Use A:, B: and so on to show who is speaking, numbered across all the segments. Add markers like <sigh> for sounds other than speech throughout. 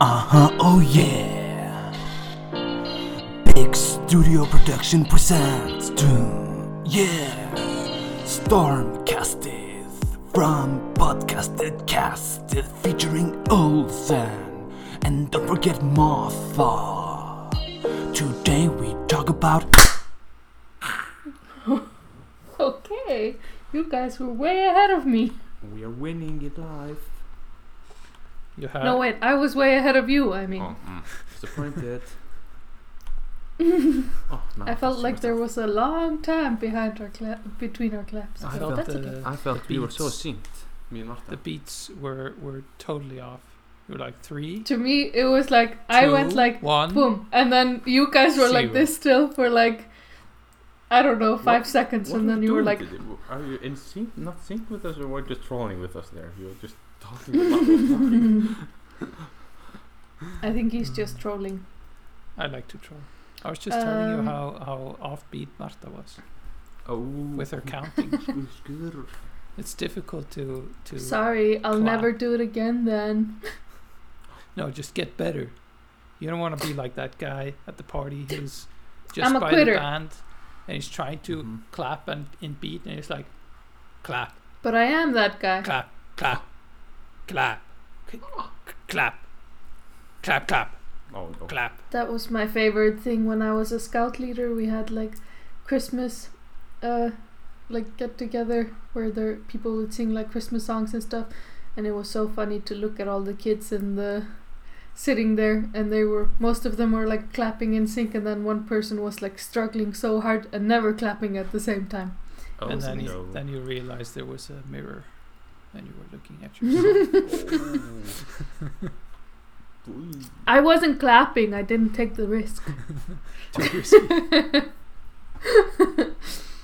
A: Uh-huh, oh yeah. Big Studio Production presents Doom. Yeah. Stormcasted from Podcasted Casted featuring Olsen. And don't forget Martha. Today we talk about
B: Okay, you guys were way ahead of me.
C: We are winning in life.
D: You have
B: no, wait, I was way ahead of you, I mean.
D: Uh, Oh, mm.
C: <laughs> Disappointed. oh, no,
B: I felt
C: that's
B: like
C: messed
B: there
C: up.
B: was a long time behind our cla- between our claps.
D: I
B: but
D: felt
B: that's
D: the,
B: okay.
C: I felt
D: the
C: we were so
D: beats.
C: synced. Me and Martha.
D: the beats were were totally off. You were like three.
B: To me, it was like I went
D: two,
B: like
D: one.
B: boom, and then you guys were like
D: Zero.
B: this still for like I don't know five
C: What-
B: seconds,
C: What
B: and
C: are
B: then
C: we
B: you were
C: doing
B: like,
C: today? W- Are you in sync? Not sync with us, or were you just trolling with us there? You were just <laughs> talking about nothing.
D: <laughs>
B: I think he's just trolling.
D: I like to troll. I was just telling you
B: Um,
D: how how offbeat Marta was
C: Oh,
D: with her counting.
B: <laughs>
C: it's good.
D: it's difficult to to
B: Sorry, I'll
D: Clap.
B: never do it again. Then
D: no, just get better. You don't want to be like that guy at the party who's just
B: I'm a
D: by
B: quitter.
D: the band and he's trying to
C: Mhm.
D: clap and in beat and he's like clap,
B: but I am that guy.
D: clap, clap, clap, c- c- clap, clap, clap,
C: Oh no.
D: clap.
B: That was my favorite thing when I was a scout leader. We had like Christmas, uh, like get together where the people would sing like Christmas songs and stuff, and it was so funny to look at all the kids in the sitting there, and they were most of them were like clapping in sync, and then one person was like struggling so hard and never clapping at the same time.
C: Oh,
D: and then
C: no.
D: you, then you realized there was a mirror and you were looking at yourself.
C: Please.
B: I wasn't clapping. I didn't take the risk.
C: <laughs>
D: Too risky.
C: Oh.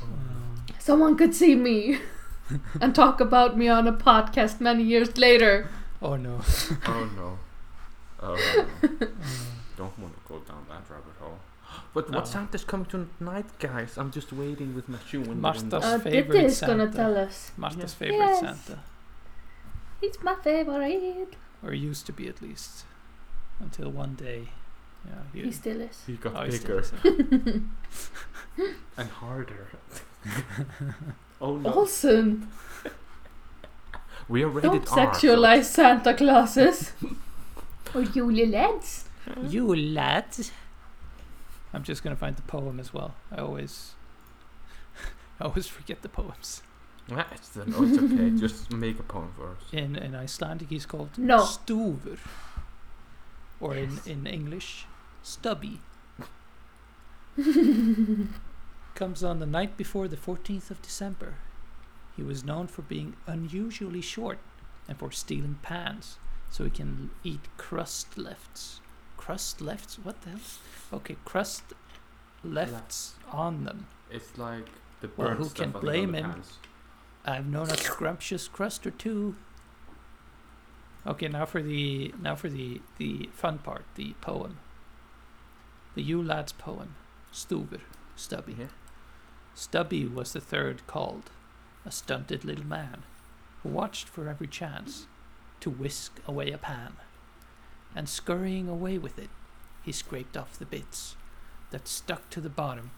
D: Um,
B: Someone could see me. and talk about me on a podcast many years later.
D: oh no.
C: Oh no. Oh no.
D: Mm.
C: Don't want to go down that rabbit hole. <gasps> But
D: No.
C: what Santa's coming tonight, guys? I'm just waiting with my shoe in the
D: Martha's
C: window.
D: Uh,
B: Ditte
D: favorite
B: is gonna
D: Santa.
B: tell us.
D: Marta's
C: Yes.
D: favorite
B: Yes.
D: Santa,
B: He's my favorite.
D: or used to be at least, until one day. Yeah, he,
B: He still is.
C: He got
D: oh, he still
C: bigger
D: is.
C: and harder. <laughs> oh no.
B: Olsen,
C: we are rated
B: don't
C: R, so-
B: sexualize Santa
D: <laughs>
B: Clauses. or Julie Leds.
D: You lad. I'm just gonna find the poem as well. I always, <laughs> I always forget the poems.
C: Yeah, Ah, it's, the- no, it's <laughs> okay. Just make a poem for us.
D: In in Icelandic, he's called
B: No.
D: stúfur, or
B: Yes.
D: in in English,
B: <laughs>
D: stubby. Comes on the night before the 14th of December. He was known for being unusually short and for stealing pans, so he can eat crust lefts. Crust lefts? What the hell? Okay, crust lefts on them.
C: It's like the burnt
D: Well, who
C: stuff
D: can
C: on the
D: blame
C: other
D: him?
C: hands.
D: I've known a scrumptious crust or two. Okay, now for the now for the the fun part, the poem. The Ewe lad's poem, Stubber, Stubby.
C: Yeah.
D: Stubby was the third called, a stunted little man, who watched for every chance to whisk away a pan. And scurrying away with it, he scraped off the bits that stuck to the bottom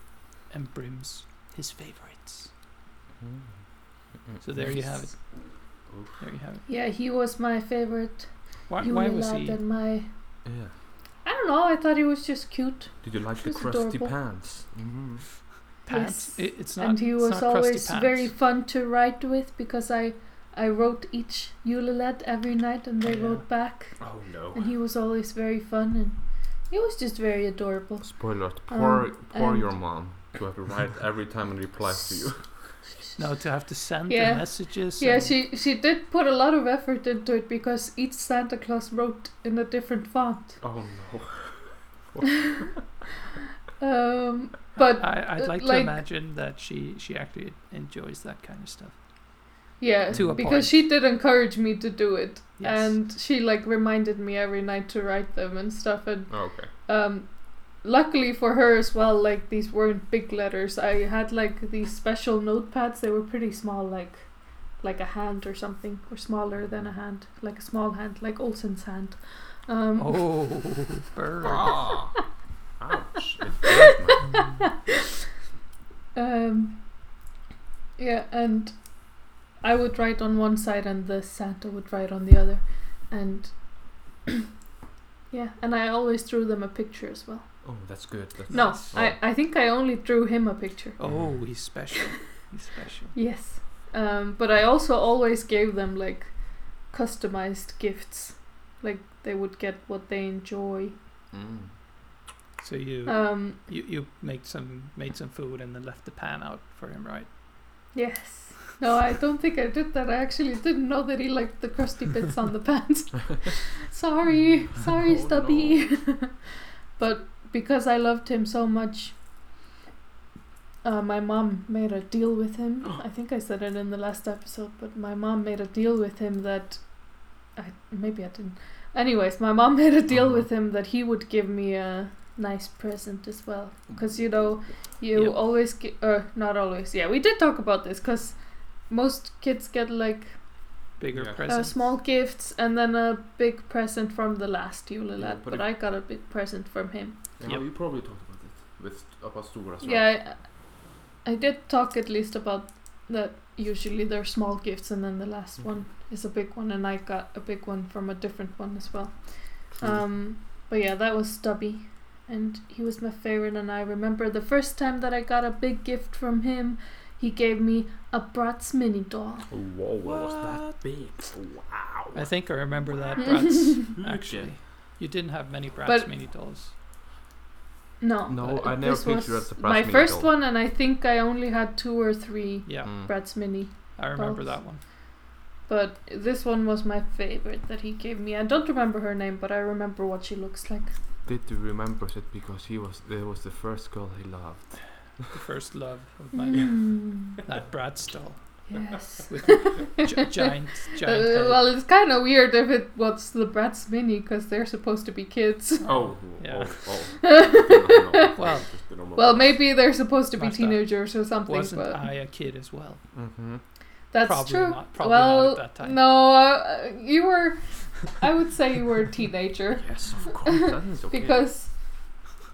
D: and brims his favorites.
C: Mm.
D: So there you have it. There you have it.
B: Yeah, he was my favorite
D: Why, why
B: Julie
D: was
B: Led
D: he?
B: and my.
C: Yeah.
B: I don't know, I thought he was just cute.
C: Did you like the
B: She's
C: crusty
B: adorable.
C: pants? Mm-hmm.
D: Pants?
B: Yes.
D: It, it's not.
B: and he
D: it's
B: was
D: not
B: always
D: crusty pants.
B: very fun to write with because I, I wrote each Yule Led every night and they
D: Yeah.
B: wrote back.
C: Oh no.
B: And he was always very fun and he was just very adorable.
C: Spoiler: alert, Poor, poor
B: Um, and-
C: your mom to have to write every time and reply to
B: <laughs>
C: you.
D: No, to have to send
B: Yeah.
D: the messages.
B: Yeah,
D: and-
B: she she did put a lot of effort into it because each Santa Claus wrote in a different font.
C: <laughs> Oh no.
B: Um, but
D: I, I'd
B: uh,
D: like,
B: like-
D: to imagine that she she actually enjoys that kind of stuff.
B: yeah,
D: To a point.
B: because she did encourage me to do it,
D: Yes.
B: and she like reminded me every night to write them and stuff. And
C: Okay.
B: um, luckily for her as well, like these weren't big letters. I had like these special notepads. They were pretty small, like like a hand or something, or smaller than a hand, like a small hand, like Olsen's hand. Um,
D: Oh, bird.
C: Ah. Ouch. It burned my-
B: Um, yeah, and I would write on one side, and the Santa would write on the other, and <clears throat> yeah, and I always drew them a picture as well.
C: <laughs> Oh, that's good. That's
B: No,
D: Nice.
B: I I think I only drew him a picture.
D: <laughs> Oh, he's special. He's special.
B: Yes, um, but I also always gave them like customized gifts, like they would get what they enjoy.
C: Mm.
D: So you
B: Um,
D: you you made some made some food and then left the pan out for him, right?
B: yes. No, I don't think I did that. I actually didn't know that he liked the crusty bits on the
C: <laughs>
B: pants. sorry, sorry,
C: Oh,
B: Stubby. <laughs> but because I loved him so much, uh, my mom made a deal with
C: <gasps>
B: him. I think I said it in the last episode, but my mom made a deal with him that. I, maybe I didn't. Anyways, my mom made a deal
C: Uh-huh.
B: with him that he would give me a nice present as well. Because, you know, you
D: Yep.
B: always get. Uh, not always. Yeah, we did talk about this because most kids get like
D: Bigger
C: Yeah. Uh,
B: uh,
D: present.
B: small gifts and then a big present from the last Yule
C: Yeah,
B: lad,
C: but
B: but
C: if-
B: I got a big present from him.
C: Yeah,
D: Yep.
C: you probably talked about it with about Stora as well.
B: Yeah, I, I did talk at least about that. Usually they're small gifts, and then the last
C: Mhm.
B: one is a big one, and I got a big one from a different one as well.
C: True.
B: Um, but yeah, that was Stubby, and he was my favorite. And I remember the first time that I got a big gift from him, he gave me a Bratz mini doll.
C: Oh, Whoa, was that
D: What?
C: big? Wow.
D: I think I remember
B: <laughs>
D: that Bratz. actually, you didn't have many Bratz
B: But-
D: mini dolls.
B: No,
C: No,
B: uh,
C: I never
B: this
C: pictured
B: was
C: it as a Bratz
B: my
C: mini
B: first
C: doll.
B: one, and I think I only had two or three
D: Yeah,
C: Mm.
B: Bratz mini.
D: I remember
B: Dolls.
D: that one.
B: But this one was my favorite that he gave me. I don't remember her name, but I remember what she looks like.
C: Did you remember it because he was there was the first girl he loved?
D: The first love of my life.
B: Mm,
D: <laughs> that Bratz doll
B: yes.
D: with gi- giant
B: <laughs>
D: giant
B: Uh,
D: head.
B: well, it's kind of weird if it was the Bratz mini because they're supposed to be
D: <laughs>
B: kids. <laughs>
C: Oh, oh,
D: Yeah.
C: <laughs> oh. No, no,
D: Well-
C: just the normal
B: Well,
C: Bratz.
B: maybe they're supposed to be
D: Must have.
B: teenagers or something,
D: wasn't
B: but
D: I a kid as well?
C: Mhm.
B: that's
D: probably
B: true.
D: not. Probably
B: well,
D: not at that time.
B: no, uh, you were. I would say you were a teenager.
D: <laughs>
C: Yes,
B: <laughs>
C: of course. That is okay.
B: because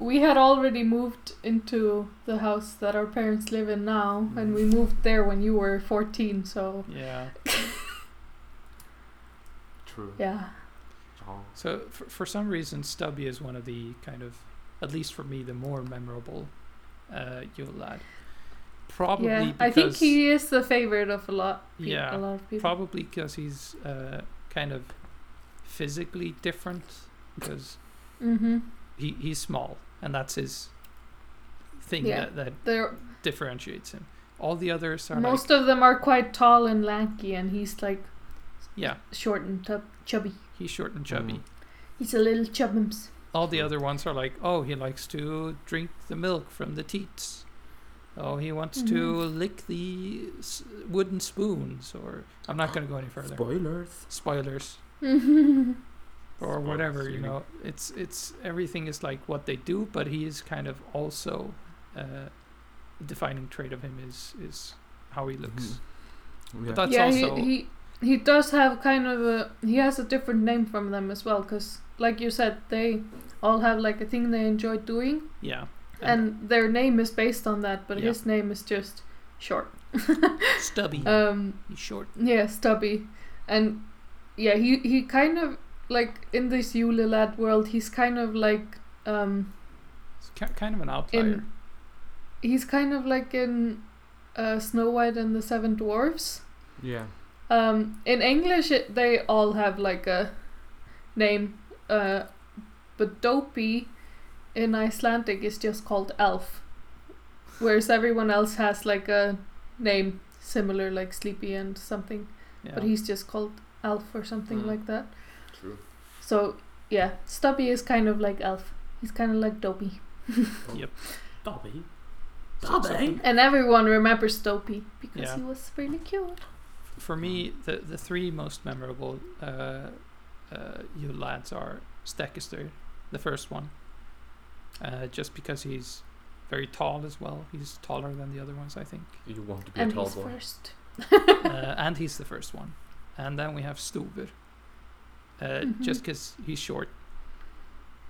B: we had already moved into the house that our parents live in now and
D: Mm.
B: we moved there when you were 14 so
D: Yeah.
C: True.
B: yeah
C: Oh.
D: So for, for some reason, Stubby is one of the kind of, at least for me, the more memorable uh, Yule lad. Probably
B: yeah
D: because
B: i think he is the favorite of a lot peop-
D: Yeah,
B: a lot of people
D: probably because he's uh, kind of physically different because
B: mm-hmm.
D: he, he's small and that's his thing
B: Yeah.
D: that, that
B: They're,
D: differentiates him. All the others are
B: most of them are quite tall and lanky and he's like
D: like yeah,
B: short and tub- chubby
D: he's short and chubby.
C: Mm.
B: he's a little chubbums
D: All the other ones are like, oh, he likes to drink the milk from the teats. Oh, he wants to
B: Mm-hmm.
D: lick the s- wooden spoons, or I'm not going to go any further.
C: Spoilers.
D: Spoilers or
C: Spoilers,
D: whatever, you
C: really.
D: know. It's it's everything is like what they do, but he is kind of also uh, a defining trait of him is is how he looks.
C: Mhm. Yeah.
D: But that's
B: yeah
D: also
B: he, he he does have kind of a he has a different name from them as well because like you said they all have like a thing they enjoy doing
D: yeah.
B: and their name is based on that but
D: Yeah.
B: his name is just short
D: stubby,
B: um
D: he's short.
B: yeah stubby and yeah he he kind of like in this Yule lad world he's kind of like um
D: He's ki- kind of an outlier.
B: in he's kind of like in uh, Snow White and the Seven Dwarfs
C: yeah.
B: um in English it, they all have like a name uh but dopey in Icelandic is just called elf whereas everyone else has like a name similar like sleepy and something
D: yeah.
B: but he's just called elf or something
C: Mm.
B: like that
C: True.
B: so yeah stubby is kind of like elf he's kind of like dopey
C: Dobby.
D: So- so for-
B: and everyone remembers dopey because
D: Yeah.
B: he was really cute
D: For me, the the three most memorable uh, uh, you lads are Stekister, the first one, uh, just because he's very tall as well. He's taller than the other ones, I think.
B: <laughs>
C: You want to be
B: and
C: a tall
B: he's
C: boy?
B: first
D: uh, and he's the first one. And then we have Stuber, uh,
B: Mm-hmm.
D: just 'cause he's short.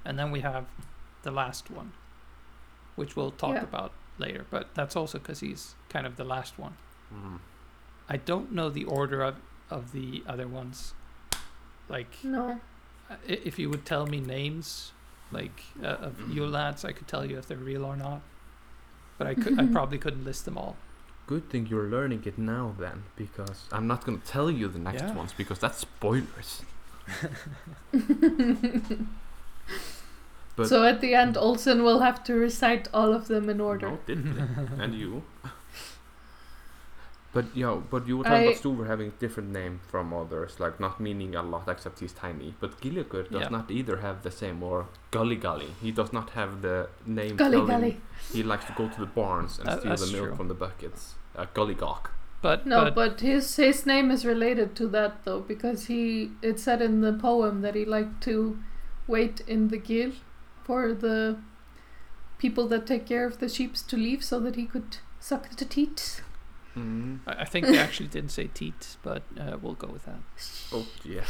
D: And then we have the last one, which we'll talk
B: Yeah.
D: about later. But that's also 'cause he's kind of the last one.
C: Mhm.
D: I don't know the order of, of the other ones. Like,
B: <laughs>
D: uh,
B: No.
D: i- if you would tell me names, like uh, of you lads, I could tell you if they're real or not. But I could,
B: <laughs>
D: I probably couldn't list them all.
C: Good thing you're learning it now, then, because I'm not gonna tell you the next
D: Yeah.
C: ones because that's spoilers. But-
B: so at the end, Olsen will have to recite all of them in order.
C: No, didn't
D: <laughs>
C: they? and you. But you know, but you were talking
B: I-
C: about Stuver having different name from others, like not meaning a lot except he's tiny. But Gilligur does
D: Yeah.
C: not either have the same or Gully Gully. He does not have the name.
B: Gully
C: telling-
B: gully.
C: He likes to go to the barns and
D: That-
C: steal the
D: that's
C: milk
D: true.
C: from the buckets. Uh, Gully Gawk.
D: But
B: No,
D: but,
B: but his his name is related to that though, because he it said in the poem that he liked to wait in the gill for the people that take care of the sheeps to leave so that he could suck the teats.
C: Mm.
D: I I
B: <laughs>
D: think they actually didn't say teat, but uh, we'll go with that.
C: Oh yeah.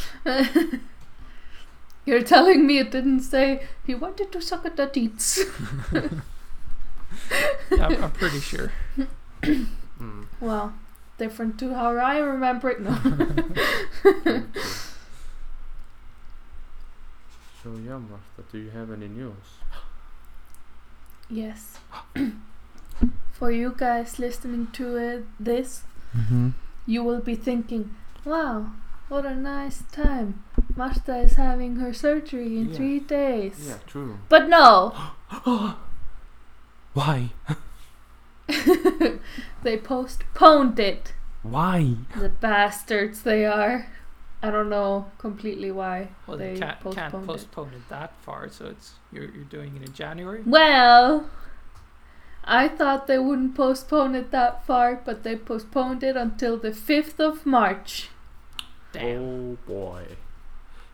B: You're telling me it didn't say he wanted to suck at the teats.
D: Yeah, I'm, I'm pretty sure.
C: Mm.
B: Well, different to how I remember it.
C: <laughs>
B: No.
C: Okay. so yeah, Martha, do you have any news?
B: yes. <clears throat> for you guys listening to it, this
A: Mm-hmm.
B: you will be thinking, wow, what a nice time. Marta is having her surgery in
C: Yeah.
B: three days.
C: Yeah, true.
B: But no,
C: <gasps>
A: Why?
B: they postponed it.
A: Why?
B: The bastards they are. I don't know completely why
D: Well,
B: they
D: you can't, can't
B: postponed it.
D: postpone it that far, so it's you're, you're doing it in January.
B: Hmm. Well, I thought they wouldn't postpone it that far, but they postponed it until the 5th of March.
D: Damn.
C: Oh boy.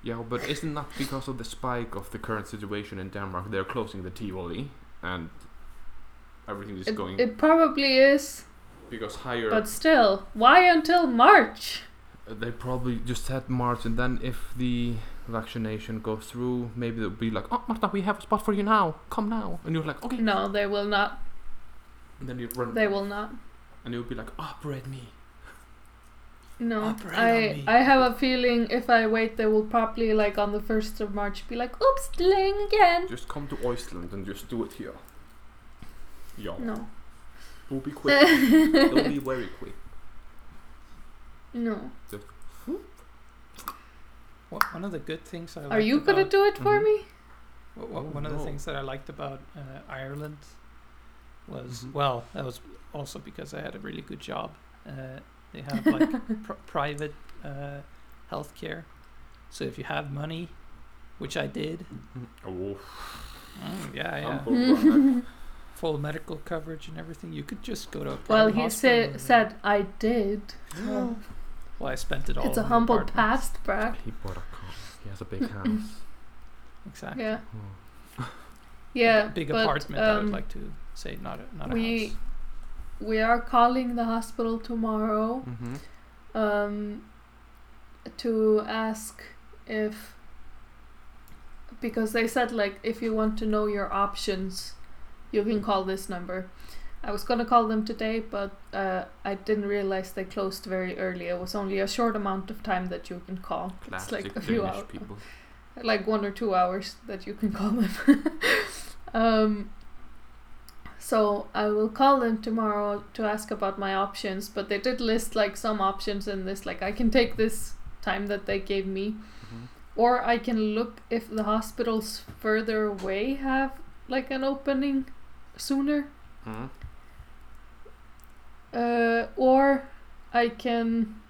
C: Yeah, but isn't that because of the spike of the current situation in Denmark? They're closing the Tivoli and everything is
B: It,
C: going
B: it probably is,
C: because higher.
B: but still, why until March?
C: they probably just said March, and then if the vaccination goes through, maybe they'll be like, "Oh, Marta, we have a spot for you now. Come now." And you're like, "Okay."
B: No, they will not.
C: And then you run,
B: They will not.
C: and you'll be like, "Operate me."
B: No,
D: Operate on
B: I
D: me.
B: I have a feeling if I wait, they will probably like on the first of March be like, "Oops, delaying again."
C: Just come to Iceland and just do it here. Yeah.
B: No,
C: We'll be
B: <laughs>
C: quick. we'll be very quick.
B: no.
D: Wha- One of the good things I
B: Are you gonna do it for
C: Mhm.
B: me?
D: Well, well,
C: Oh,
D: one of the
C: no.
D: things that I liked about uh, Ireland was,
C: Mhm.
D: well, that was also because I had a really good job. Uh, they
C: <laughs>
D: have like pr- private uh, healthcare, so if you have money, which I did, mm,
C: Oh,
D: yeah, yeah,
C: humble
B: Hmm.
C: brag.
B: <laughs>
D: full medical coverage and everything, you could just go to a private
B: Well, he
D: hospital
B: sa-
D: and-
B: said I did.
D: well, I spent it all.
B: It's a
D: in the
B: humble
D: apartment.
B: past, Brack.
C: He bought a car. He has a big house.
D: Exactly.
B: Yeah,
C: Oh.
B: yeah.
D: Big
B: but,
D: apartment. I
B: um,
D: would like to say, not a not a
B: we-
D: house.
B: We are calling the hospital tomorrow
C: Mm-hmm.
B: um, to ask if because they said like if you want to know your options you can call this number i was going to call them today but uh, i didn't realize they closed very early it was only a short amount of time that you can call it's
C: Classic
B: like a few
C: Danish
B: hours
C: people.
B: like one or two hours that you can call them. <laughs> um, so I will call them tomorrow to ask about my options, but they did list like some options in this. Like I can take this time that they gave me,
C: Mhm.
B: or I can look if the hospitals further away have like an opening sooner,
C: Mhm.
B: uh, or I can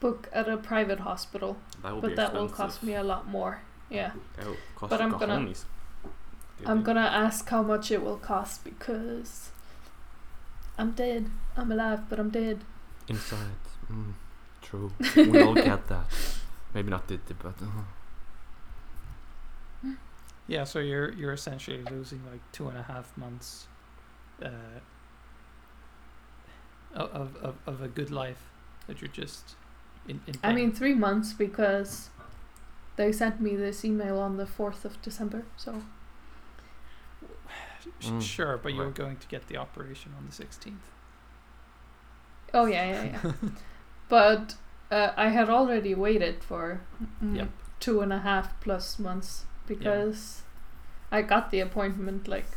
B: book at a private hospital,
C: That will
B: but
C: be
B: that will
C: expensive.
B: cost me a lot more. Yeah.
C: That will cost
B: but
C: you
B: I'm gonna-
C: cojones. Did
B: I'm
C: it?
B: gonna ask how much it will cost because I'm dead. I'm alive, but I'm dead.
C: Inside. Mm,
B: <laughs>
C: true. We all get that. Maybe not Diddy, but. Uh,
D: Yeah, so you're you're essentially losing like two and a half months. Uh, o- of, of, of a good life that you're just in, in
B: I
D: pain.
B: mean, three months because they sent me this email on the 4th of December, so.
D: Sh-
C: Mm,
D: sure, but you were
C: right.
D: going to get the operation on the 16th.
B: Oh, yeah, yeah, yeah. but uh, I had already waited for mm,
D: Yep.
B: two and a half plus months because I got the appointment like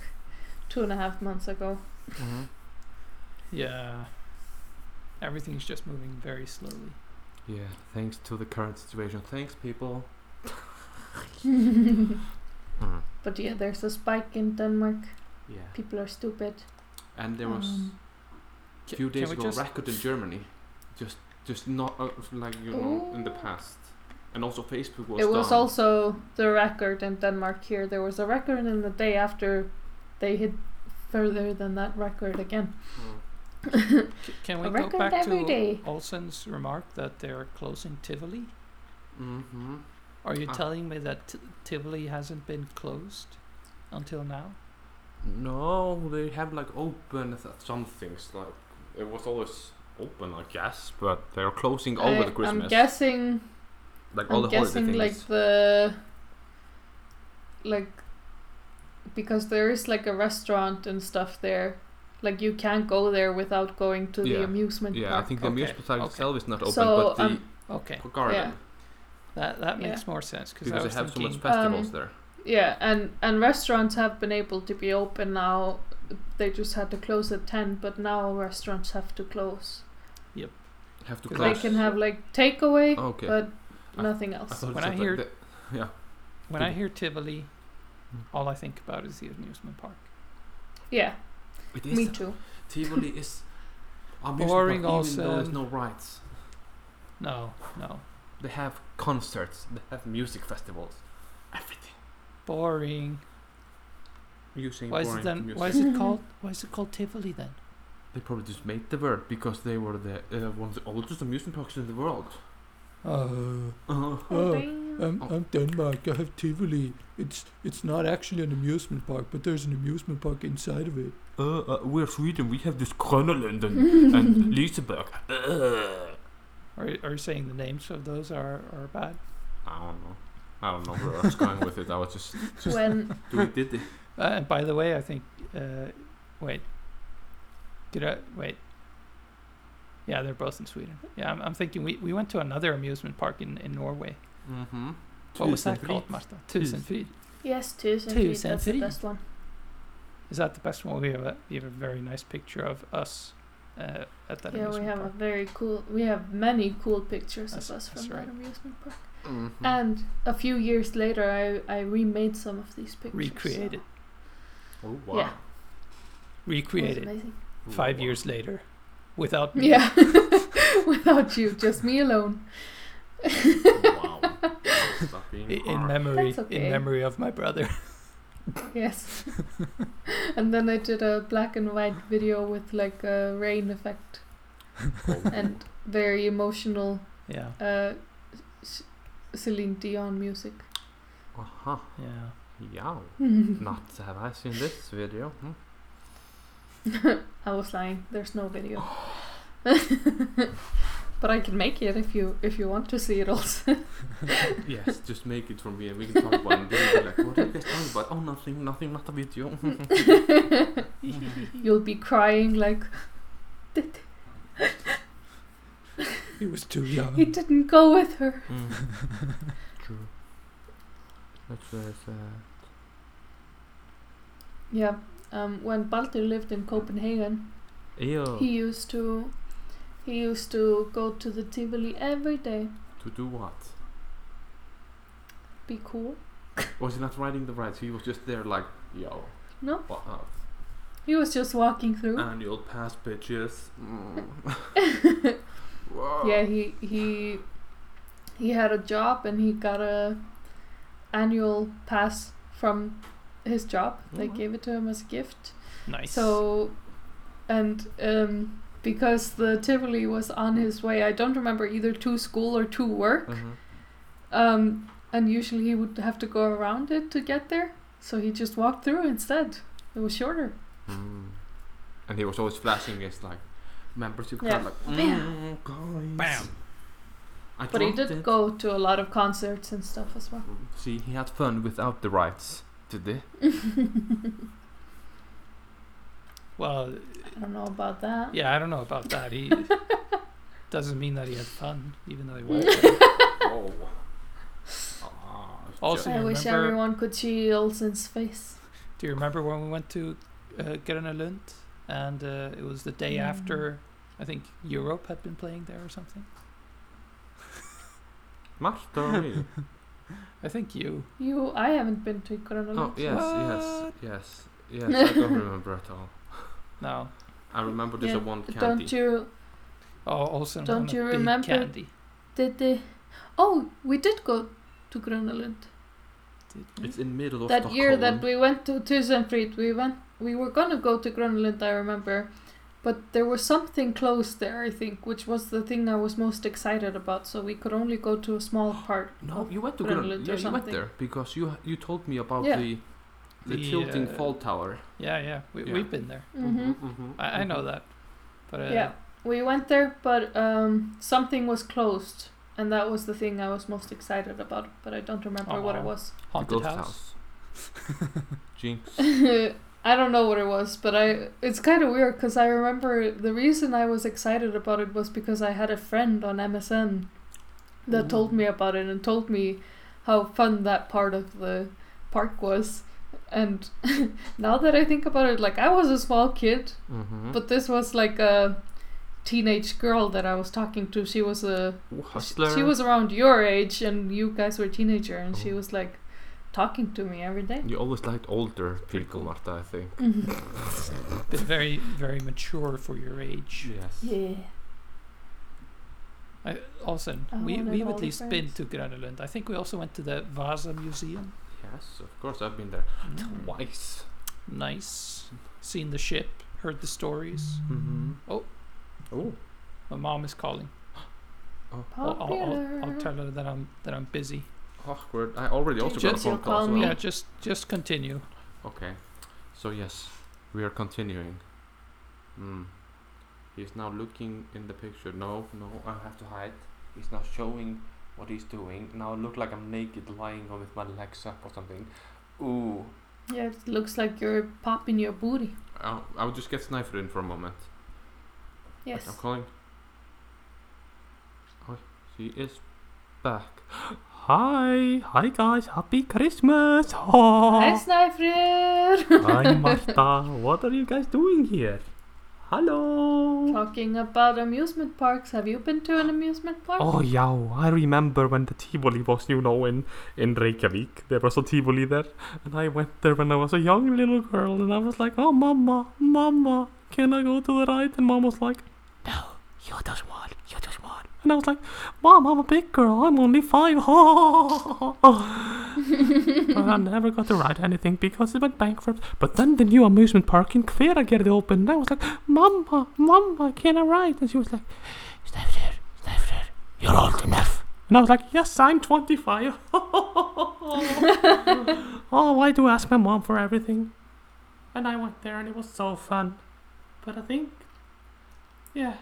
B: two and a half months ago.
C: Mhm.
D: Yeah. Everything's just moving very slowly.
C: Yeah, thanks to the current situation.
B: <laughs>
C: Thanks, people. Mm.
B: But yeah, there's a spike in Denmark.
C: Yeah.
B: People are stupid.
C: And there was
B: Um,
C: a
D: Ca-
C: few days
D: can we
C: ago
D: just-
C: Racket in Germany. Just just not uh, like you know in the
B: Ooh.
C: past. And also Facebook was
B: Oh. it was
C: down.
B: also the record in Denmark here. There was a record, and the day after, they hit further than that record again.
C: Mm.
D: c- Can we
B: A
D: go
B: record
D: back
B: every
D: to
B: day.
D: Olsen's remark that they're closing Tivoli?
C: Mhm.
D: Are you
C: Ah.
D: telling me that t- Tivoli hasn't been closed until now?
C: No, they have like open th- some things. Like it was always open, I guess, but they're closing over the
B: I,
C: Christmas.
B: am guessing.
C: like all
B: I'm
C: the
B: guessing
C: holiday
B: like
C: things.
B: the like because there is like a restaurant and stuff there. Like you can't go there without going to the
C: Yeah.
B: amusement
C: yeah, I
B: park.
C: think the
D: Okay,
C: amusement park
D: okay.
C: itself is not open,
B: So,
C: but the
B: um,
D: Okay,
C: garden
B: yeah.
D: that that
B: Yeah.
D: makes more sense because I
C: because
D: was
C: they have so
D: thinking
C: much festivals
B: Um,
C: there.
B: Yeah, and and restaurants have been able to be open now. They just had to close at ten, but now restaurants have to close.
C: Have to
D: 'cause
C: close.
B: They can have like takeaway,
C: okay.
B: but
C: I-
B: nothing
C: I
B: else.
C: thought you
D: When Oh, Ah, I
C: said that-
D: hear-
C: that-
D: when I
C: Tivoli.
D: hear Tivoli,
C: Mm.
D: all I think about is the amusement park.
B: yeah,
C: it is
B: me too.
C: Tivoli is amusement
D: Boring
C: park, even though there's
D: also.
C: no rights.
D: No, no,
C: They have concerts. They have music festivals. Everything.
D: boring.
C: Using
D: Why is
C: boring
D: it then?
C: music.
D: Why is
C: <laughs>
D: it called? Why is it called Tivoli then?
C: They probably just made the word because they were the uh, one of the oldest amusement parks in the world.
E: Oh,
C: Uh,
B: Oh,
E: Oh,
B: damn.
E: I'm, I'm Denmark. I have Tivoli. It's it's not actually an amusement park, but there's an amusement park inside of it.
C: uh, uh, we're Sweden. We have this Grönland
D: <laughs>
C: and, and Liseberg. Uh,
D: Are you, are you saying the names of those are, are bad?
C: I don't know. I don't know where I was going with it. I was just <laughs>
B: when
C: doing did it.
D: Uh, and by the way, I think. Uh, wait. Did I wait? Yeah, they're both in Sweden. Yeah, I'm, I'm thinking we, we went to another amusement park in, in Norway.
C: Mm-hmm.
D: What was that called, Marta? Tusenfryd.
B: yes, Tuesday.
D: Tusen
B: That's the
D: Frid.
B: best one.
D: Is that the best one? We have a we have a very nice picture of us uh, at that
B: Yeah, we
D: amusement
B: have
D: park.
B: a very cool. We have many cool pictures
D: That's-
B: of us
D: that's
B: from
D: right. Hmm.
B: that amusement park.
C: Mm-hmm.
B: And a few years later, I I remade some of these pictures.
D: Recreated.
C: oh wow. Oh,
B: yeah. so it was
D: Recreated.
B: amazing.
D: Five
C: Wow.
D: years later, without me.
B: Yeah, <laughs> without you, just me alone.
C: Oh, wow. Stop being
D: I- <laughs> In,
C: hard.
D: memory,
B: That's okay.
D: in memory of my brother. <laughs>
B: Yes. and then I did a black and white video with like a rain
D: <laughs>
B: effect
D: Oh.
B: and very emotional
D: yeah,
B: uh, C- Celine Dion music.
C: Aha.
D: yeah.
C: Yeah. Not have I seen this video. Hmm?
B: I was lying. There's no video. <laughs> but I can make it if you if you want to see it also. <laughs>
C: yes, just make it for me and we can talk about it. And they'll be like, what are you guys talking about? Oh, nothing, nothing, not a video.
B: You'll be crying like
E: It was too
B: he
E: young.
B: didn't go with her.
C: True. That's uh, very sad.
B: Yeah. Um, when Balter lived in Copenhagen,
C: Ew.
B: he used to he used to go to the Tivoli every day.
C: To do what?
B: Be cool.
C: Was he not riding the rides? He was just there like, yo,
B: No,
C: what up?
B: he was just walking through.
C: Annual pass, bitches.
B: <laughs>
C: Mm. Whoa.
B: Yeah, he he he had a job and he got a annual pass from his job. They
C: Oh.
B: gave it to him as a gift.
D: Nice.
B: So and um because the Tivoli was on his way, I don't remember either to school or to work.
C: Mhm.
B: Um and usually he would have to go around it to get there. So he just walked through instead. It was shorter.
C: Mm. And he was always flashing his like, members who
B: Yeah.
C: kind of like,
B: Bam.
C: mm, guys.
D: Bam.
C: I
B: But he
C: dropped
B: did
C: it.
B: go to a lot of concerts and stuff as well.
C: See, he had fun without the rights, did they?
D: Well,
B: I don't know about that.
D: yeah, I don't know about
B: <laughs>
D: that. He doesn't mean that he had fun, even though
B: <laughs>
D: he was.
C: oh. Ah,
D: Also-
B: I wish
D: Remember-
B: everyone could see Olsen's face.
D: Do you remember when we went to uh, Grönland and uh, it was the day
B: Mm.
D: after I think Europe had been playing there or something? <laughs>
C: Master.
D: I think you.
B: You, I haven't been to Grönland.
C: oh yes,
D: What?
C: yes, yes, yes.
B: <laughs>
C: I don't remember at all.
D: No.
C: I remember this
B: Yeah,
C: one candy.
B: Don't you?
D: Oh, Olsen
B: Don't
D: won a
B: you
D: big
B: remember-
D: candy.
B: Did they? Oh, we did go to Grönland.
D: didn't we?
C: It's in middle of
B: that
C: Stockholm.
B: year that we went to Tusenfryd, we went we were gonna go to Grönland, I remember, but there was something close there, I think, which was the thing I was most excited about. So we could only go to a
C: <gasps>
B: small part.
C: No,
B: of-
C: you went to
B: Grönland
C: Grönland.
B: or
C: Yeah, you went
B: something.
C: there because you you told me about
B: Yeah.
C: the the,
D: The,
C: tilting
D: uh,
C: fall tower.
D: Yeah, yeah. We,
C: Yeah.
D: We've been there.
B: Mhm.
C: mhm,
D: Mm-hmm. I, I know
C: mhm.
D: that. But uh,
B: Yeah, we went there, but um, something was closed, and that was the thing I was most excited about. But I don't remember what it
D: Aw.
B: was.
C: The
D: haunted
C: ghost
D: house.
C: <laughs> Jinx.
B: I don't know what it was, but I it's kind of weird because I remember the reason I was excited about it was because I had a friend on MSN
D: Mm.
B: that told me about it and told me how fun that part of the park was. And <laughs> now that I think about it, like I was a small kid,
C: Mm-hmm.
D: Mm.
B: but this was like a teenage girl that I was talking to. She was a
C: Hustler.
B: she was around your age, and you guys were teenager, and she
C: Oh.
B: was like talking to me every day.
C: You always liked older
D: Pretty
C: people,
D: cool.
C: Marta. I think.
B: <laughs>
D: Been very, very mature for your age.
C: Yes.
B: yeah.
D: I, Olsen,
B: I
D: we,
B: wanted
D: we've
B: all
D: at
B: the
D: least been
B: friends.
D: to Grönland. I think we also went to the Vasa Museum.
C: Yes, of course. I've been there
D: Mm.
C: twice.
D: Nice. Seen the ship, heard the stories.
C: Mm-hmm.
D: Oh.
C: Oh.
D: My mom is calling. I'll, I'll, I'll, I'll tell her that I'm that I'm busy.
C: Awkward. I already also got a
D: Just
C: phone
B: you
C: call.
B: call
C: as well.
B: me.
D: Yeah, just just continue.
C: Okay. So yes, we are continuing. Hmm. He's now looking in the picture. No, no, I have to hide. He's now showing what he's doing. Now I look like I'm naked lying on with my legs up or something. Ooh.
B: Yeah, it looks like you're popping your booty.
C: I'll, I'll just get sniped in for a moment. Wait,
B: Yes.
C: I'm calling. Oh, she is back.
A: Hi, hi guys, happy Christmas! Oh,
B: Hi, Snifrid!
A: <laughs> hi Marta, what are you guys doing here? Hello!
B: Talking about amusement parks, have you been to an amusement park?
A: Oh yeah, I remember when the Tivoli was, you know, in, in Reykjavik. There was a Tivoli there, and I went there when I was a young little girl, and I was like, oh mama, mama, can I go to the right? And mom was like, no, you just one, you just one. And I was like, mom, I'm a big girl, I'm only five. <laughs> but I never got to ride anything because it went bankrupt. But then the new amusement park in Hveragerði opened, and I was like, mama, mama, can I ride? And she was like, Snefrir, Snefrir, you're old enough. And I was like, yes, I'm 25. oh, why do I ask my mom for everything? And I went there and it was so fun. But I think, yeah,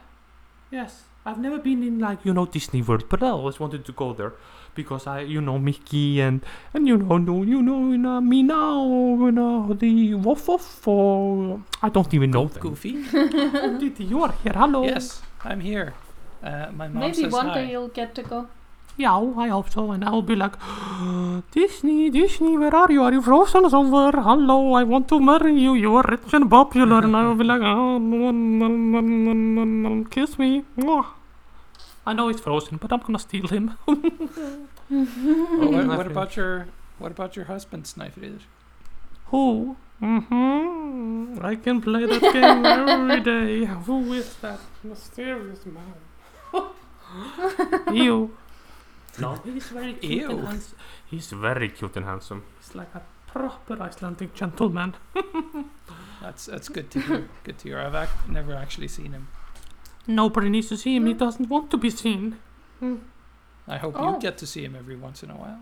A: yes. I've never been in like, you know, Disney World, but I always wanted to go there because I, you know, Mickey and, and you know, no, you know, in, uh, me now, you know, the Woof Woof, or I don't even know them.
B: <laughs>
D: Goofy.
A: Oh, Didi, you are here, hello.
D: yes, I'm here. Uh, my mom
B: Oh. Maybe
D: says
B: one
D: hi.
B: day you'll get to go.
A: Yeah, I hope so. And I'll be like, Disney, Disney, where are you? Are you frozen somewhere? Hello, I want to marry you. You are rich and popular. and I'll be like, oh, nom, nom, nom, nom, nom, nom, kiss me. Mwah. I know he's frozen, but I'm gonna steal him.
C: <laughs>
D: Oh, what,
C: my
D: what
C: friend.
D: about your what about your husband's knife?
A: Who? Mm-hmm. I can play that game every day. Who is that mysterious man? you. No, he's very cute and
D: Ew.
A: handsome. He's very cute and handsome. He's like a proper Icelandic gentleman.
D: That's that's good to hear. good to hear. I've ac- never actually seen him.
A: Nobody needs to see him. He doesn't want to be seen.
D: I hope
B: Oh.
D: you get to see him every once in a while.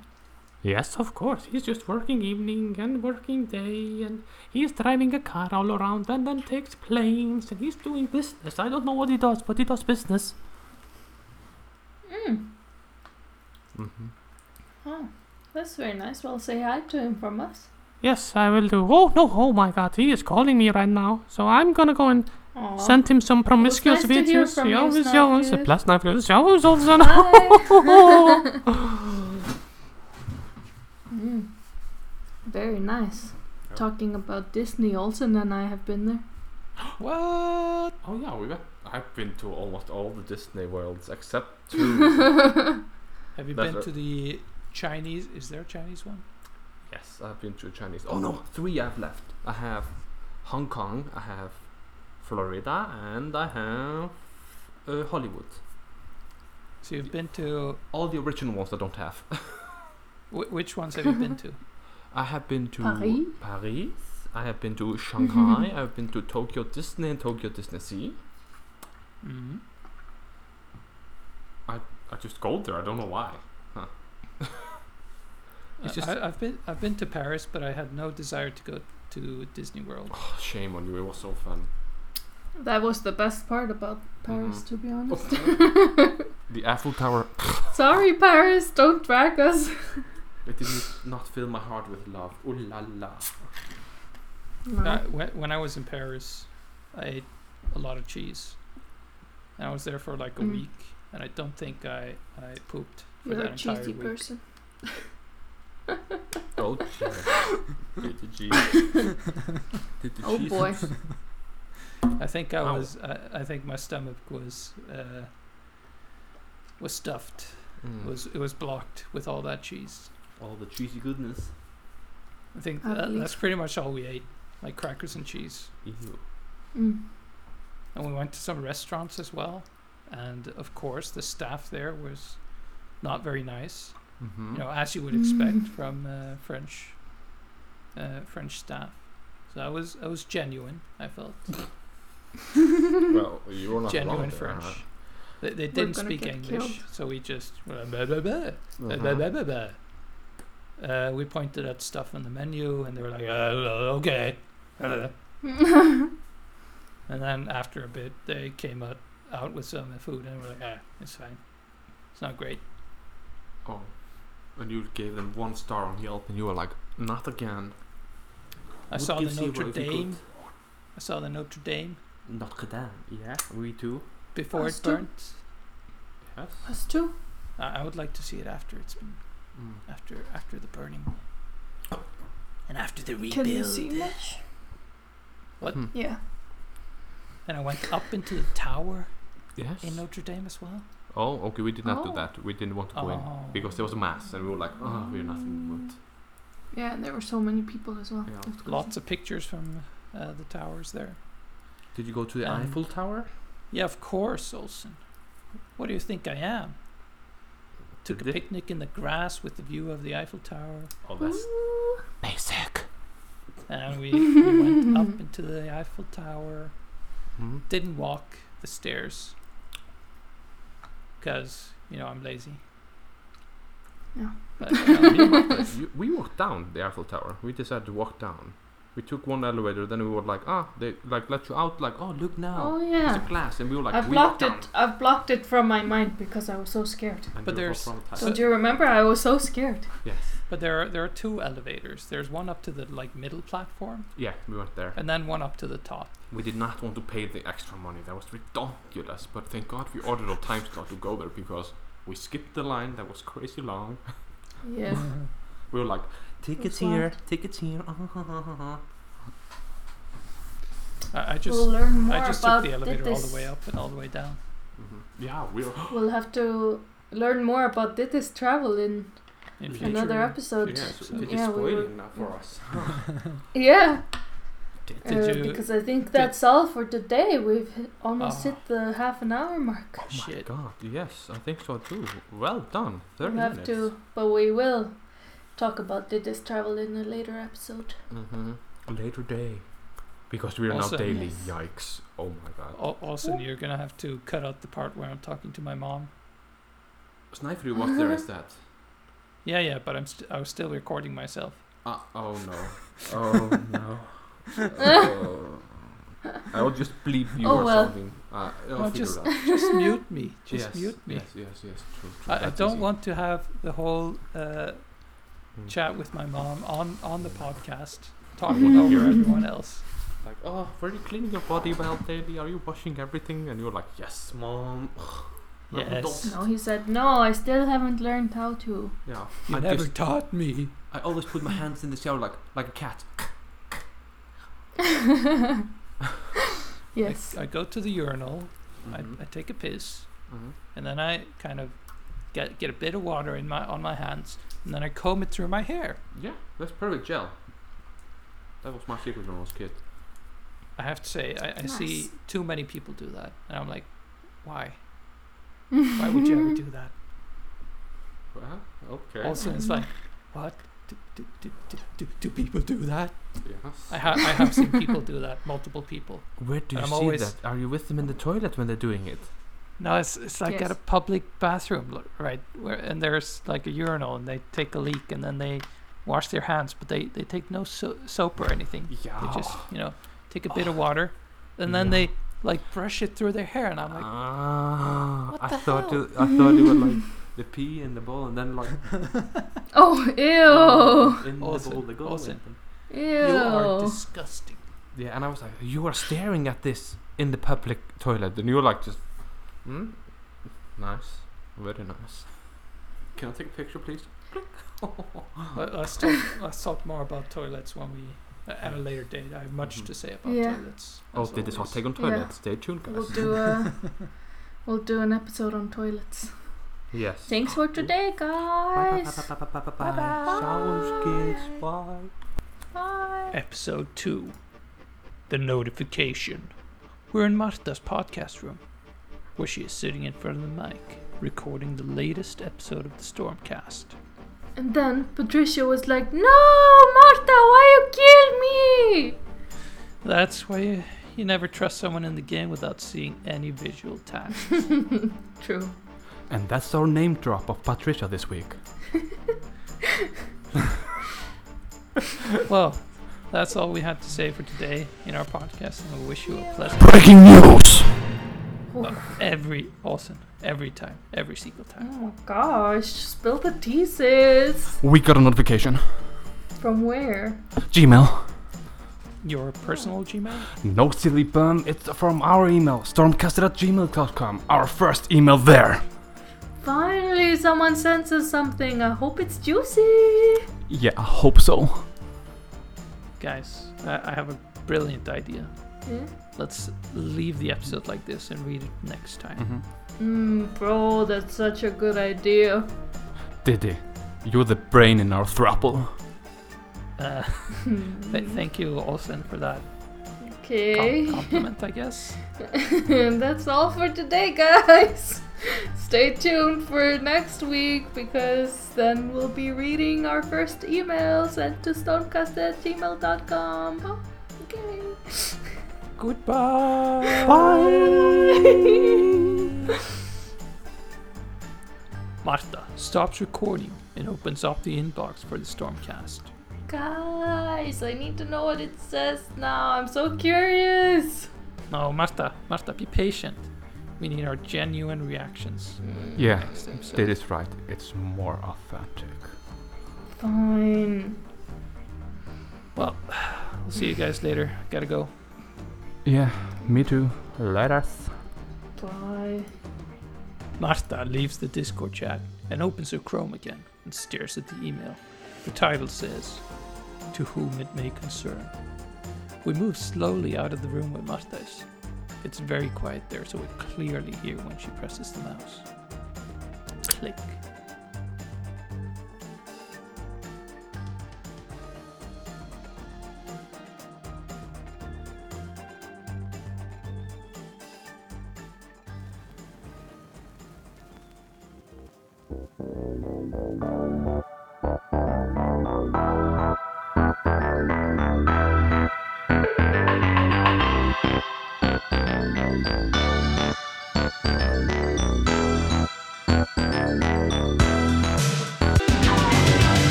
A: Yes, of course. He's just working evening and working day, and he's driving a car all around and then takes planes and he's doing business. I don't know what he does, but he does business.
B: Mm.
C: Mm-hmm.
B: Oh, that's very nice. Well, say hi to him from us.
A: Yes, I will do. Oh, no, oh my god, he is calling me right now. So I'm gonna go and
B: Aw.
A: send him some promiscuous
B: nice to hear
A: videos.
B: from you,
A: Yeah,
B: Snark
A: yeah, it's a
B: Kid.
A: plus nine plus- yeah, it's also-
B: <laughs>
A: <laughs>
B: Hi. Mm. Very nice.
C: Yeah.
B: Talking about Disney, Olsen and I have been there.
D: What?
C: Oh yeah, we went. I've been to almost all the Disney
B: <laughs>
C: worlds except two.
D: Have
C: That's
D: you been
C: right.
D: to the Chinese? Is there a Chinese one?
C: yes, I've been to Chinese. Oh no, three I've left. I have Hong Kong, I have Florida, and I have uh, Hollywood.
D: So you've been to
C: All the original ones I don't have. <laughs>
D: wh- which ones have you been to?
C: I have been to
B: Paris?
C: Paris. I have been to Shanghai. I've been to Tokyo Disney and Tokyo Disney Sea.
D: Mm-hmm.
C: I just go there. I don't know why. It's just-
D: I, I've been I've been to Paris, but I had no desire to go to Disney World.
C: Oh, shame on you. It was so
D: <laughs>
C: fun.
B: that was the best part about Paris,
D: Mm-hmm.
B: to be honest. <laughs>
C: The Eiffel Tower.
B: Sorry, Paris, don't drag
D: <laughs>
B: us.
C: It did not fill my heart with love. Ooh la la.
B: Uh-huh.
D: Uh, when, when I was in Paris, I ate a lot of cheese, and I was there for like a
B: Mm.
D: week, and I don't think I I pooped for
B: You're
D: that
B: a
D: entire
B: cheesy
D: week.
B: person.
C: Oh Jesus. <laughs> Did the G. Did the
B: Oh
C: G-
B: boy.
D: I think I
C: Ow.
D: was I, I think my stomach was uh, was stuffed.
C: Mm.
D: It was it was blocked with all that cheese.
C: all the cheesy goodness.
D: I think
B: I
D: that,
B: believe-
D: that's pretty much all we ate, like crackers and cheese.
C: Ew.
B: Mm. <laughs>
D: and we went to some restaurants as well and of course the staff there was not very nice
C: Mm-hmm.
D: you know as you would expect
B: Mm.
D: from uh, french uh, french staff so i was i was genuine i felt
C: well, you were not
D: genuine
C: allowed there,
D: french
C: huh?
D: they, they
B: We're
D: didn't
B: gonna
D: speak
B: get
D: english
B: killed.
D: so we just blah, blah, blah, blah, blah, blah,
C: Mhm.
D: blah, blah. Uh, we pointed at stuff on the menu and they were like uh, okay uh. And then after a bit, they came out, out with some food, and we're like, ah, it's fine. It's not great.
C: Oh. And you gave them one star on Yelp, and you were like, not again.
D: I
C: Would
D: saw
C: give
D: the
C: zero
D: Notre
C: if you could.
D: Dame. I saw the Notre Dame
C: Notre Dame. Yeah, we too.
D: before
B: Us
D: it
B: too.
D: burnt.
C: Yes.
B: Us too.
D: I, I would like to see it after it's been
B: Mm.
D: after after the burning, and after the rebuild.
B: Can you see much?
D: What?
C: Hmm.
B: Yeah.
D: And I went up into the tower
C: Yes.
D: in Notre Dame as well.
C: Oh, okay. We did not do
B: Oh.
C: that. We didn't want to go in
D: Oh.
C: because there was a mass, and we were like, oh, we're not in
B: Yeah, and there were so many people as well.
C: the wood. Yeah.
D: Lots of pictures from uh, the towers there.
C: Did you go to the
D: Um,
C: Eiffel Tower?
D: Yeah, of course, Olsen. What do you think I am? Took a
C: Did-
D: picnic in the grass with the view of the Eiffel Tower.
C: Oh, that's
B: Ooh.
C: basic.
D: And we,
B: <laughs>
D: we went up into the Eiffel
C: hmm
D: Tower.
B: Mm-hmm.
D: Didn't walk the stairs. Because, you know, I'm lazy.
B: Yeah.
D: But, um,
C: we,
B: <laughs>
C: walked, uh, you- we walked down the Eiffel Tower. We decided to walk down. We took one elevator, then we were like, ah, they like let you out, like, oh, look now,
B: Oh
C: it's
B: yeah.
C: a glass, and we were like,
B: I've
C: we walked
B: blocked
C: down.
B: it. I've blocked it from my mind because I was so scared.
C: And
D: But
C: we were
D: there's-
C: traumatized.
D: So-
B: Don't you remember? I was so scared.
C: yes,
D: <laughs> but there are there are two elevators. There's one up to the like middle platform,
C: yeah, we went there.
D: and then one up to the top.
C: We did not want to pay the extra money. That was ridiculous. But thank God we ordered a time slot to go there because we skipped the line that was crazy long.
B: Yeah.
C: We were like,
B: That's
C: tickets here,
B: wild.
C: tickets here.
D: I, I just
B: we'll learn more
D: I just took
B: about
D: the elevator all
B: Dittis.
D: the way up and all the way down.
C: Mhm. Yeah, we were.
B: We'll have to learn more about Dittis travel in
C: Yeah.
D: In future.
B: another episode.
C: Yeah, so it is
B: yeah, we were-
C: spoiling now for
B: <laughs>
C: us. Oh
B: Yeah,
D: Did,
B: uh,
D: did you?
B: because I think that's all for today. We've hit,
C: Ah.
B: almost
D: Oh.
B: hit the half an hour mark.
C: Oh my
D: Shit.
C: god, yes, I think so too. Well done. 30
B: We'll have
C: minutes.
B: to, but we will talk about Dittis travel in a later episode.
C: hmm Later day. Because we are
D: Also-
C: now daily.
B: Yes.
C: Yikes. Oh my god.
D: Al- Also, you're gonna have to cut out the part where I'm talking to my mom.
C: Snifrey, what there is that?
D: Yeah, yeah, but I'm st- I was still recording
B: <laughs>
D: myself.
C: Uh, oh no.
D: <laughs>
C: Oh no. Oh. I will just bleep you
B: Oh,
C: or
B: well.
C: something. Uh, I'll
D: No,
C: figure
D: just
C: it out.
D: just mute me. Just
C: yes,
D: mute me.
C: Yes, yes, yes. True, true.
D: I, I
C: That's
D: don't
C: easy.
D: want to have the whole uh,
C: Mm.
D: chat with my mom on on the podcast
C: want
D: talking
B: <laughs>
C: to
D: over
C: hear it.
D: everyone else.
C: Like, oh, were you cleaning your body well, Daddy? Are you washing everything? And you're like, yes, mom. I'm an adult.
D: Yes.
B: No, he said, no, I still haven't learned how to.
C: Yeah.
E: You
C: I
E: never
C: just-
E: taught me.
C: I always put my hands in the shower like like a cat.
B: yes.
D: I, I go to the urinal.
C: Mhm,
D: I, I take a piss,
C: mhm.
D: and then I kind of get get a bit of water in my on my hands, and then I comb it through my hair.
C: Yeah, that's perfect gel. That was my secret when I was a kid.
D: I have to say, I, I see
B: Nice.
D: too many people do that, and I'm like,
B: <laughs>
D: why? Why would you ever do that?
C: Well, okay.
D: Also, it's like, what? Do, do, do, do, do, do people do <laughs> that?
C: Yes.
D: I, ha- I have seen people do that, multiple people.
C: Where do
D: you I'm see always-
C: that? Are you with them in the toilet when they're doing it?
D: No, it's it's like
B: Yes.
D: at a public bathroom, l- right? Where and there's like a urinal, and they take a leak, and then they wash their hands, but they they take no so- soap or anything.
C: Yeah.
D: They just you know take a bit of water, and then
C: Yeah.
D: they like brush it through their hair, and I'm like,
C: Ah,
D: What
C: I
D: the
C: thought
D: hell?
C: it, I thought it was like the pee in the bowl and then <laughs>
D: <laughs>
C: like um,
B: oh,
C: in
D: Olsen,
C: the bowl they go.
D: Olsen.
C: in.
B: ew.
D: you are
B: Ew.
D: disgusting.
C: Yeah, and I was like, you are staring at this in the public toilet, and you're like just, hmm, nice, very nice. Can I take a picture, please?
D: Let, us talk, let's talk more about toilets when we uh, at a later date. I have much
C: Mhm.
D: to say about
B: Yeah.
D: toilets.
C: Oh,
D: as
C: did this hot
D: always.
C: take on
B: Yeah.
C: toilet? Stay tuned, guys.
B: We'll do
C: <laughs>
B: a. We'll do an episode on toilets.
C: Yes.
B: Thanks for today, guys.
C: Bye bye. Showers, kids. Bye.
B: Bye.
D: Episode 2 The Notification. We're in Marta's podcast room, where she is sitting in front of the mic, recording the latest episode of the Stormcast.
B: And then Patricia was like, "No, Marta, why you kill me?"
D: That's why you, you never trust someone in the game without seeing any visual tag.
B: True.
C: And that's our name drop of Patricia this week.
D: well, that's all we had to say for today in our podcast, and we wish you a pleasant
C: Breaking news!
D: every awesome, every time, every single
B: Oh
D: time.
B: my gosh! Spill the tea, sis.
C: We got a notification.
B: From where?
C: Gmail.
D: Your personal Gmail?
C: No silly bum, it's from our email, stormcaster at gmail.com. Our first email there.
B: Finally, someone sends us something. I hope it's juicy.
C: Yeah, I hope so.
D: Guys, I, I have a brilliant idea.
B: Yeah.
D: Let's leave the episode like this and read it next time.
C: Mm-hmm.
B: Mm, bro, that's such a good idea.
C: Diddy, you're the brain in our throuple.
D: Uh, th- thank you, Olsen, for that
B: <laughs>
D: com-
B: Okay.
D: compliment, I guess.
B: and that's all for today, guys. <laughs> Stay tuned for next week because then we'll be reading our first email sent to stonecast at gmail.com. Oh, okay. <laughs>
D: Goodbye. Marta stops recording and opens up the inbox for the Stormcast.
B: guys, I need to know what it says now. I'm so curious.
D: No, Marta, Marta, be patient. We need our genuine reactions.
C: Yeah,
D: Next episode.
C: Diddy's right, it's more authentic.
B: Fine.
D: Well, we'll see you guys later. Gotta go.
C: Yeah, me too. Let us.
B: Bye.
D: Marta leaves the Discord chat and opens her Chrome again and stares at the email. The title says, To Whom It May Concern. We move slowly out of the room where Marta is. It's very quiet there, so we clearly hear when she presses the mouse. Click.